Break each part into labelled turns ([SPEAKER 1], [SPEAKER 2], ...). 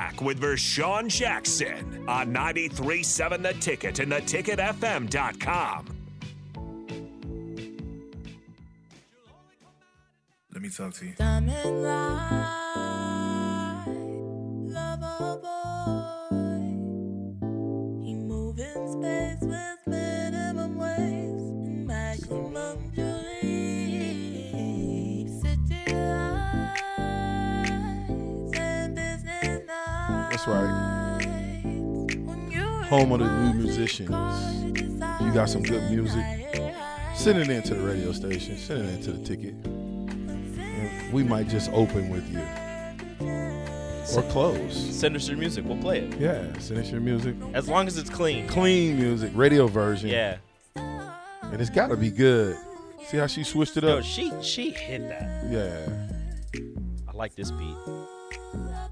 [SPEAKER 1] Talk with Vershawn Jackson on 93.7 The Ticket and theticketfm.com.
[SPEAKER 2] Let me talk to you.
[SPEAKER 3] Diamond light, lover boy. He move in space with minimum waves and maximum joy. City lights and business
[SPEAKER 4] That's right.
[SPEAKER 3] nights.
[SPEAKER 4] Home of the new musicians. You got some good music. Send it in to the radio station. Send it in to the ticket. And we might just open with you. Or close.
[SPEAKER 5] Send us your music. We'll play it.
[SPEAKER 4] Yeah, send us your music.
[SPEAKER 5] As long as it's clean.
[SPEAKER 4] Clean music, radio version.
[SPEAKER 5] Yeah.
[SPEAKER 4] And it's got to be good. See how she switched it
[SPEAKER 5] Yo,
[SPEAKER 4] up?
[SPEAKER 5] she she hit that.
[SPEAKER 4] Yeah.
[SPEAKER 5] I like this beat.
[SPEAKER 4] yeah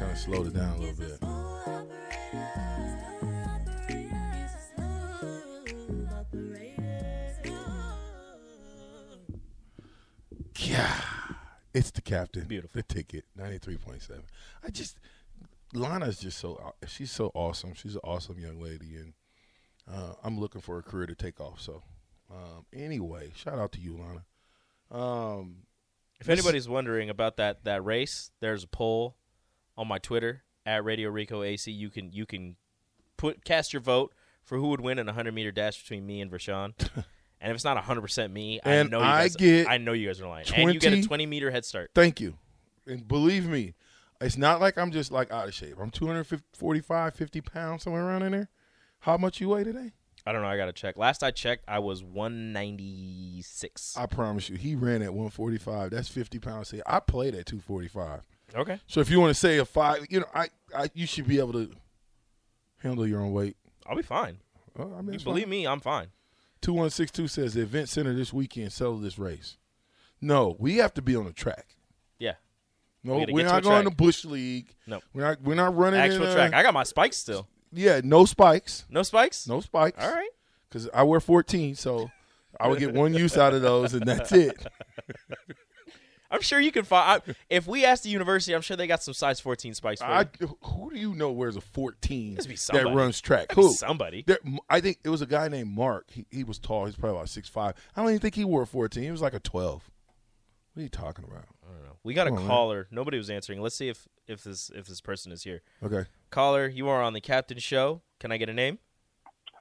[SPEAKER 4] kind of slowed it down a little bit. Yeah. It's the captain.
[SPEAKER 5] Beautiful.
[SPEAKER 4] The ticket. 93.7. I just, Lana's just so, aw- she's so awesome. She's an awesome young lady. And uh, I'm looking for a career to take off. So, um, anyway, shout out to you, Lana. Um,
[SPEAKER 5] If anybody's wondering about that that race, there's a poll on my Twitter at Radio Rico AC. You can you can put cast your vote for who would win in a hundred meter dash between me and Vershawn. and if it's not hundred percent me, I
[SPEAKER 4] And
[SPEAKER 5] know you
[SPEAKER 4] I
[SPEAKER 5] guys,
[SPEAKER 4] get
[SPEAKER 5] I know you guys are lying. and you get a
[SPEAKER 4] 20
[SPEAKER 5] twenty meter head start.
[SPEAKER 4] Thank you. And believe me, it's not like I'm just like out of shape. I'm 245, 50 pounds, somewhere around in there. How much you weigh today?
[SPEAKER 5] I don't know. I gotta check. Last I checked, I was one ninety six.
[SPEAKER 4] I promise you, he ran at 145. That's 50 pounds. See, I played at 245.
[SPEAKER 5] Okay.
[SPEAKER 4] So if you want to say a five, you know, I, I you should be able to handle your own weight.
[SPEAKER 5] I'll be fine.
[SPEAKER 4] Oh, I mean,
[SPEAKER 5] You believe me? I'm fine.
[SPEAKER 4] 2162 says the event center this weekend settle this race. No, we have to be on the track.
[SPEAKER 5] Yeah.
[SPEAKER 4] No,
[SPEAKER 5] We gotta
[SPEAKER 4] we are
[SPEAKER 5] get to a
[SPEAKER 4] not going to
[SPEAKER 5] track.
[SPEAKER 4] Bush League.
[SPEAKER 5] No.
[SPEAKER 4] We're not we're not running
[SPEAKER 5] Actual
[SPEAKER 4] in a-
[SPEAKER 5] track. I got my spikes still.
[SPEAKER 4] yeah, no spikes.
[SPEAKER 5] No spikes.
[SPEAKER 4] No spikes.
[SPEAKER 5] All right.
[SPEAKER 4] because I wear 14, so I would get one use out of those, and that's it.
[SPEAKER 5] I'm sure you can find. I, if we ask the university, I'm sure they got some size 14 spikes for
[SPEAKER 4] I,
[SPEAKER 5] you.
[SPEAKER 4] who do you know wears a 14
[SPEAKER 5] Must be
[SPEAKER 4] that
[SPEAKER 5] somebody.
[SPEAKER 4] runs track?
[SPEAKER 5] Gotta be
[SPEAKER 4] Who?
[SPEAKER 5] Somebody.
[SPEAKER 4] There, I think it was a guy named Mark. He, he was tall. He's probably about six five. I don't even think he wore a 14. He was like a 12. What are you talking about?
[SPEAKER 5] I don't know. We got a
[SPEAKER 4] Come on, man.
[SPEAKER 5] caller. Nobody was answering. Let's see if if this if this person is here.
[SPEAKER 4] Okay.
[SPEAKER 5] Caller, you are on the Captain Show. Can I get a name?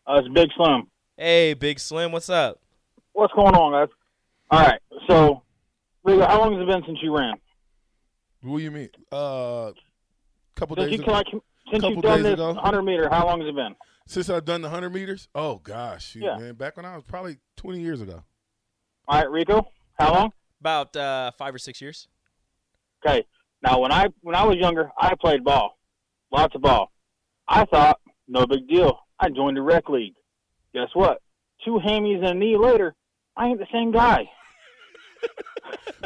[SPEAKER 6] Uh, it's Big Slim.
[SPEAKER 5] Hey, Big Slim, what's up?
[SPEAKER 6] What's going on, guys? All right. So, Rigo, how long has it been since you ran?
[SPEAKER 4] What do you mean? Uh, couple
[SPEAKER 6] Since
[SPEAKER 4] days
[SPEAKER 6] you
[SPEAKER 4] ago,
[SPEAKER 6] like, since
[SPEAKER 4] couple
[SPEAKER 6] you've done
[SPEAKER 4] days
[SPEAKER 6] this
[SPEAKER 4] ago.
[SPEAKER 6] 100 meter, how long has it been?
[SPEAKER 4] since I've done the 100 meters. Oh gosh, shoot,
[SPEAKER 6] Yeah.
[SPEAKER 4] man. Back when I was probably 20 years ago.
[SPEAKER 6] All right, Rico. How long?
[SPEAKER 5] About uh, five or six years.
[SPEAKER 6] Okay. Now, when I when I was younger, I played ball, lots of ball. I thought no big deal. I joined the rec league. Guess what? Two hammies and a knee later, I ain't the same guy.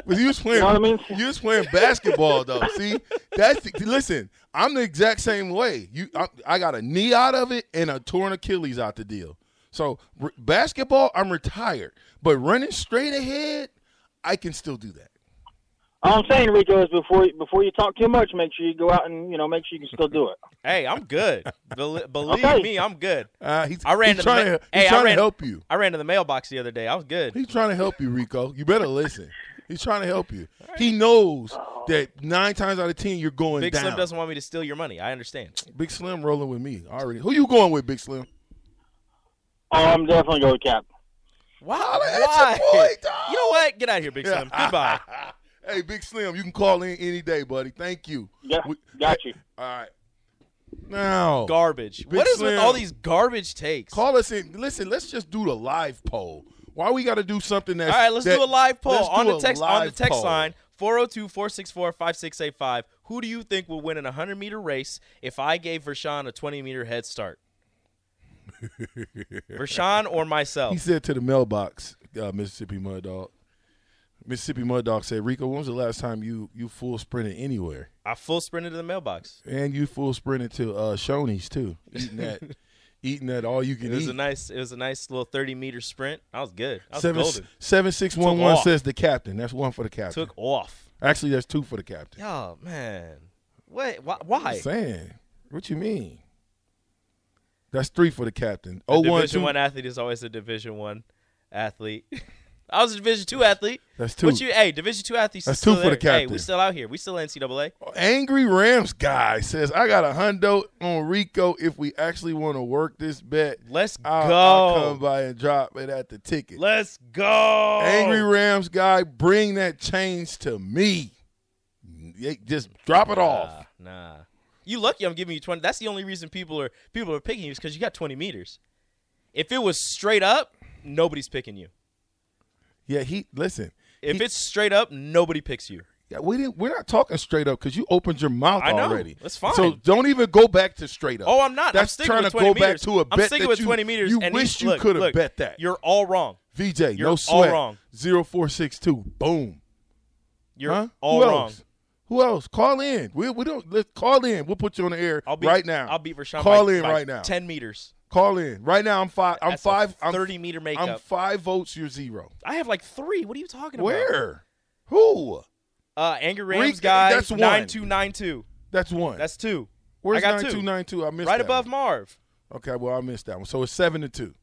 [SPEAKER 4] But you was playing.
[SPEAKER 6] You know what I mean?
[SPEAKER 4] You was playing basketball though. See, that's the, listen. I'm the exact same way. You, I, I got a knee out of it and a torn Achilles out the deal. So r basketball, I'm retired, but running straight ahead, I can still do that.
[SPEAKER 6] All I'm saying, Rico, is before before you talk too much, make sure you go out and you know make sure you can still do it.
[SPEAKER 5] Hey, I'm good. Bel- believe
[SPEAKER 6] Okay.
[SPEAKER 5] me, I'm good.
[SPEAKER 4] Uh, he's,
[SPEAKER 5] I ran
[SPEAKER 4] he's
[SPEAKER 5] to the
[SPEAKER 4] trying,
[SPEAKER 5] ma-
[SPEAKER 4] to,
[SPEAKER 5] Hey,
[SPEAKER 4] he's
[SPEAKER 5] I
[SPEAKER 4] trying to
[SPEAKER 5] ran-
[SPEAKER 4] help you.
[SPEAKER 5] I ran to the mailbox the other day. I was good.
[SPEAKER 4] He's trying to help you, Rico. You better listen. He's trying to help you. He knows that nine times out of ten you're going
[SPEAKER 5] Big
[SPEAKER 4] down.
[SPEAKER 5] Slim doesn't want me to steal your money. I understand.
[SPEAKER 4] Big Slim rolling with me already. Who you going with, Big Slim?
[SPEAKER 6] Oh, I'm definitely going to cap.
[SPEAKER 5] Why?
[SPEAKER 4] Holla at your boy, dawg.
[SPEAKER 5] you know what? Get out of here, Big Slim. Goodbye.
[SPEAKER 4] hey, Big Slim, you can call in any day, buddy. Thank you.
[SPEAKER 6] Yeah,
[SPEAKER 4] We-
[SPEAKER 6] got you.
[SPEAKER 4] All right. Now,
[SPEAKER 5] Garbage.
[SPEAKER 4] Big
[SPEAKER 5] what is with
[SPEAKER 4] Slim.
[SPEAKER 5] all these garbage takes?
[SPEAKER 4] call us in. Listen, let's just do the live poll. Why we got to do something that's
[SPEAKER 5] All right, let's
[SPEAKER 4] that-
[SPEAKER 5] do a live poll
[SPEAKER 4] let's
[SPEAKER 5] on
[SPEAKER 4] do
[SPEAKER 5] the
[SPEAKER 4] a
[SPEAKER 5] text on the
[SPEAKER 4] live
[SPEAKER 5] text
[SPEAKER 4] poll.
[SPEAKER 5] line 402-464-5685. Who do you think will win in a 100-meter race if I gave Vershawn a 20-meter head start? Vershawn or
[SPEAKER 4] He
[SPEAKER 5] myself?
[SPEAKER 4] said to the mailbox, uh, Mississippi Mud Dog. Mississippi Mud Dog said, "Rico, when was the last time you you full sprinted anywhere?
[SPEAKER 5] I full sprinted to the mailbox.
[SPEAKER 4] And you full sprinted to uh, Shoney's too, eating that, eating that all you can
[SPEAKER 5] It was
[SPEAKER 4] eat."
[SPEAKER 5] a nice it was a nice little 30-meter sprint. I was good. I was
[SPEAKER 4] Seven
[SPEAKER 5] golden.
[SPEAKER 4] seven six one one
[SPEAKER 5] Took off.
[SPEAKER 4] says the captain. That's one for the captain.
[SPEAKER 5] Took off.
[SPEAKER 4] Actually, that's two for the captain.
[SPEAKER 5] Oh, man. What? Why?
[SPEAKER 4] I'm
[SPEAKER 5] why?
[SPEAKER 4] saying. What you mean? That's three for the captain.
[SPEAKER 5] A
[SPEAKER 4] Oh, one,
[SPEAKER 5] Division
[SPEAKER 4] two.
[SPEAKER 5] one athlete is always a Division one athlete. I was a Division two athlete.
[SPEAKER 4] That's
[SPEAKER 5] What
[SPEAKER 4] two.
[SPEAKER 5] you? Hey, Division two athletes.
[SPEAKER 4] That's
[SPEAKER 5] still
[SPEAKER 4] two for the
[SPEAKER 5] there. Hey, we
[SPEAKER 4] captain.
[SPEAKER 5] still out here. We still NCAA.
[SPEAKER 4] Angry Rams guy says, "I got a hundo on Rico. If we actually want to work this bet,
[SPEAKER 5] Let's
[SPEAKER 4] I'll,
[SPEAKER 5] go.
[SPEAKER 4] I'll come by and drop it at the ticket."
[SPEAKER 5] Let's go.
[SPEAKER 4] Angry Rams guy, bring that change to me. They- Just drop it
[SPEAKER 5] Nah,
[SPEAKER 4] off.
[SPEAKER 5] Nah. You lucky I'm giving you 20. That's the only reason people are people are picking you is because you got 20 meters. If it was straight up, nobody's picking you.
[SPEAKER 4] Yeah, he listen.
[SPEAKER 5] If
[SPEAKER 4] He-
[SPEAKER 5] it's straight up, nobody picks you.
[SPEAKER 4] Yeah, we didn't. We're not talking straight up because you opened your mouth
[SPEAKER 5] I know.
[SPEAKER 4] already.
[SPEAKER 5] That's fine.
[SPEAKER 4] So don't even go back to straight up.
[SPEAKER 5] Oh, I'm not. I'm
[SPEAKER 4] That's
[SPEAKER 5] sticking
[SPEAKER 4] trying
[SPEAKER 5] with
[SPEAKER 4] to
[SPEAKER 5] 20
[SPEAKER 4] go
[SPEAKER 5] meters.
[SPEAKER 4] back to a bet
[SPEAKER 5] I'm sticking
[SPEAKER 4] that
[SPEAKER 5] with
[SPEAKER 4] you,
[SPEAKER 5] 20 meters.
[SPEAKER 4] You
[SPEAKER 5] and
[SPEAKER 4] wish
[SPEAKER 5] you
[SPEAKER 4] you
[SPEAKER 5] look,
[SPEAKER 4] could have
[SPEAKER 5] look,
[SPEAKER 4] bet that.
[SPEAKER 5] You're all wrong.
[SPEAKER 4] VJ,
[SPEAKER 5] you're
[SPEAKER 4] no
[SPEAKER 5] all
[SPEAKER 4] sweat.
[SPEAKER 5] wrong.
[SPEAKER 4] Zero four six two. Boom.
[SPEAKER 5] You're
[SPEAKER 4] Huh?
[SPEAKER 5] all
[SPEAKER 4] Who
[SPEAKER 5] wrong.
[SPEAKER 4] Else? Who else? Call in. We, we don't. Let's call in. We'll put you on the air
[SPEAKER 5] I'll be
[SPEAKER 4] right now.
[SPEAKER 5] I'll beat Rashawn.
[SPEAKER 4] Call
[SPEAKER 5] by,
[SPEAKER 4] in
[SPEAKER 5] by
[SPEAKER 4] right now.
[SPEAKER 5] 10 meters.
[SPEAKER 4] Call in right now. I'm five. I'm
[SPEAKER 5] That's a
[SPEAKER 4] five. I'm
[SPEAKER 5] 30 meter makeup.
[SPEAKER 4] I'm five votes. You're zero.
[SPEAKER 5] I have like three. What are you talking about?
[SPEAKER 4] Where? Who?
[SPEAKER 5] Uh, Angry
[SPEAKER 4] Reek,
[SPEAKER 5] Rams guy.
[SPEAKER 4] that's one.
[SPEAKER 5] 9292.
[SPEAKER 4] That's one.
[SPEAKER 5] That's two.
[SPEAKER 4] Where's
[SPEAKER 5] I got
[SPEAKER 4] nine
[SPEAKER 5] two.
[SPEAKER 4] two nine two? I missed
[SPEAKER 5] right
[SPEAKER 4] that
[SPEAKER 5] above
[SPEAKER 4] one.
[SPEAKER 5] Marv.
[SPEAKER 4] Okay, well I missed that one. So it's seven to two.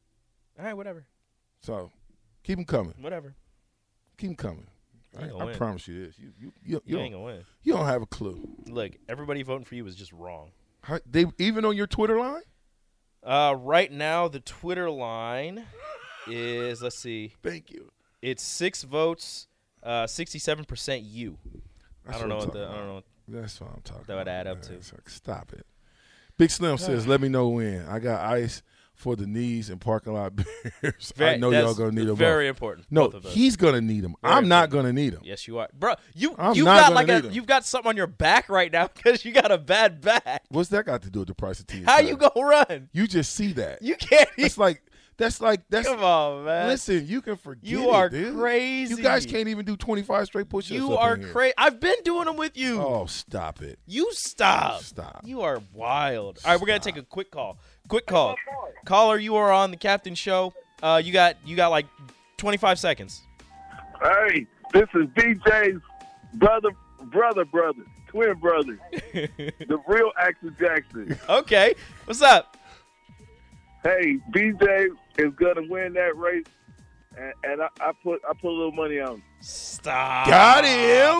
[SPEAKER 5] All right, whatever.
[SPEAKER 4] So keep them coming.
[SPEAKER 5] Whatever.
[SPEAKER 4] Keep them coming. I,
[SPEAKER 5] ain't gonna
[SPEAKER 4] I
[SPEAKER 5] win.
[SPEAKER 4] promise you this. You you you, you
[SPEAKER 5] You
[SPEAKER 4] don't,
[SPEAKER 5] ain't gonna win.
[SPEAKER 4] you don't have a clue.
[SPEAKER 5] Look, everybody voting for you is just wrong.
[SPEAKER 4] How- they even on your Twitter line.
[SPEAKER 5] Uh, right now, the Twitter line is let's see,
[SPEAKER 4] Thank you.
[SPEAKER 5] it's six votes, uh, sixty-seven percent you. I
[SPEAKER 4] That's
[SPEAKER 5] don't know
[SPEAKER 4] I'm
[SPEAKER 5] what the
[SPEAKER 4] talking
[SPEAKER 5] I don't
[SPEAKER 4] about.
[SPEAKER 5] know.
[SPEAKER 4] That's what I'm talking.
[SPEAKER 5] That would
[SPEAKER 4] about,
[SPEAKER 5] add up
[SPEAKER 4] man.
[SPEAKER 5] to.
[SPEAKER 4] It's like, Stop it. Big Slim says, "Let me know when I got ice for the knees and parking lot beers. I
[SPEAKER 5] Very-
[SPEAKER 4] know y'all
[SPEAKER 5] that's
[SPEAKER 4] gonna need them.
[SPEAKER 5] Very important.
[SPEAKER 4] no,
[SPEAKER 5] both of us.
[SPEAKER 4] he's gonna need them.
[SPEAKER 5] Very
[SPEAKER 4] I'm not gonna need them.
[SPEAKER 5] Yes, you are, bro. You
[SPEAKER 4] I'm
[SPEAKER 5] you
[SPEAKER 4] not
[SPEAKER 5] got
[SPEAKER 4] gonna
[SPEAKER 5] like
[SPEAKER 4] need
[SPEAKER 5] a
[SPEAKER 4] 'em.
[SPEAKER 5] you've got something on your back right now because you got a bad back.
[SPEAKER 4] What's that got to do with the price of tea? and
[SPEAKER 5] How
[SPEAKER 4] soda?
[SPEAKER 5] you gonna run?
[SPEAKER 4] You just see that.
[SPEAKER 5] You can't.
[SPEAKER 4] That's like that's like that's.
[SPEAKER 5] Come on, man.
[SPEAKER 4] Listen, you can forget.
[SPEAKER 5] you
[SPEAKER 4] it,
[SPEAKER 5] are
[SPEAKER 4] dude.
[SPEAKER 5] crazy.
[SPEAKER 4] You guys can't even do 25 straight push-ups.
[SPEAKER 5] You
[SPEAKER 4] up
[SPEAKER 5] are
[SPEAKER 4] in here.
[SPEAKER 5] crazy. I've been doing them with you.
[SPEAKER 4] Oh, stop it.
[SPEAKER 5] You stop.
[SPEAKER 4] Stop.
[SPEAKER 5] You are wild. All right, we're gonna take a quick call. Quick call. Caller, you are on the Captain Show. Uh, you got you got like 25 seconds.
[SPEAKER 2] Hey, this is DJ's brother, brother, brother, twin brother, the real Action Jackson.
[SPEAKER 5] Okay. What's up?
[SPEAKER 2] Hey, BJ is gonna win that race, and, and I, I put I put a little money on. it.
[SPEAKER 5] Stop.
[SPEAKER 4] Got him.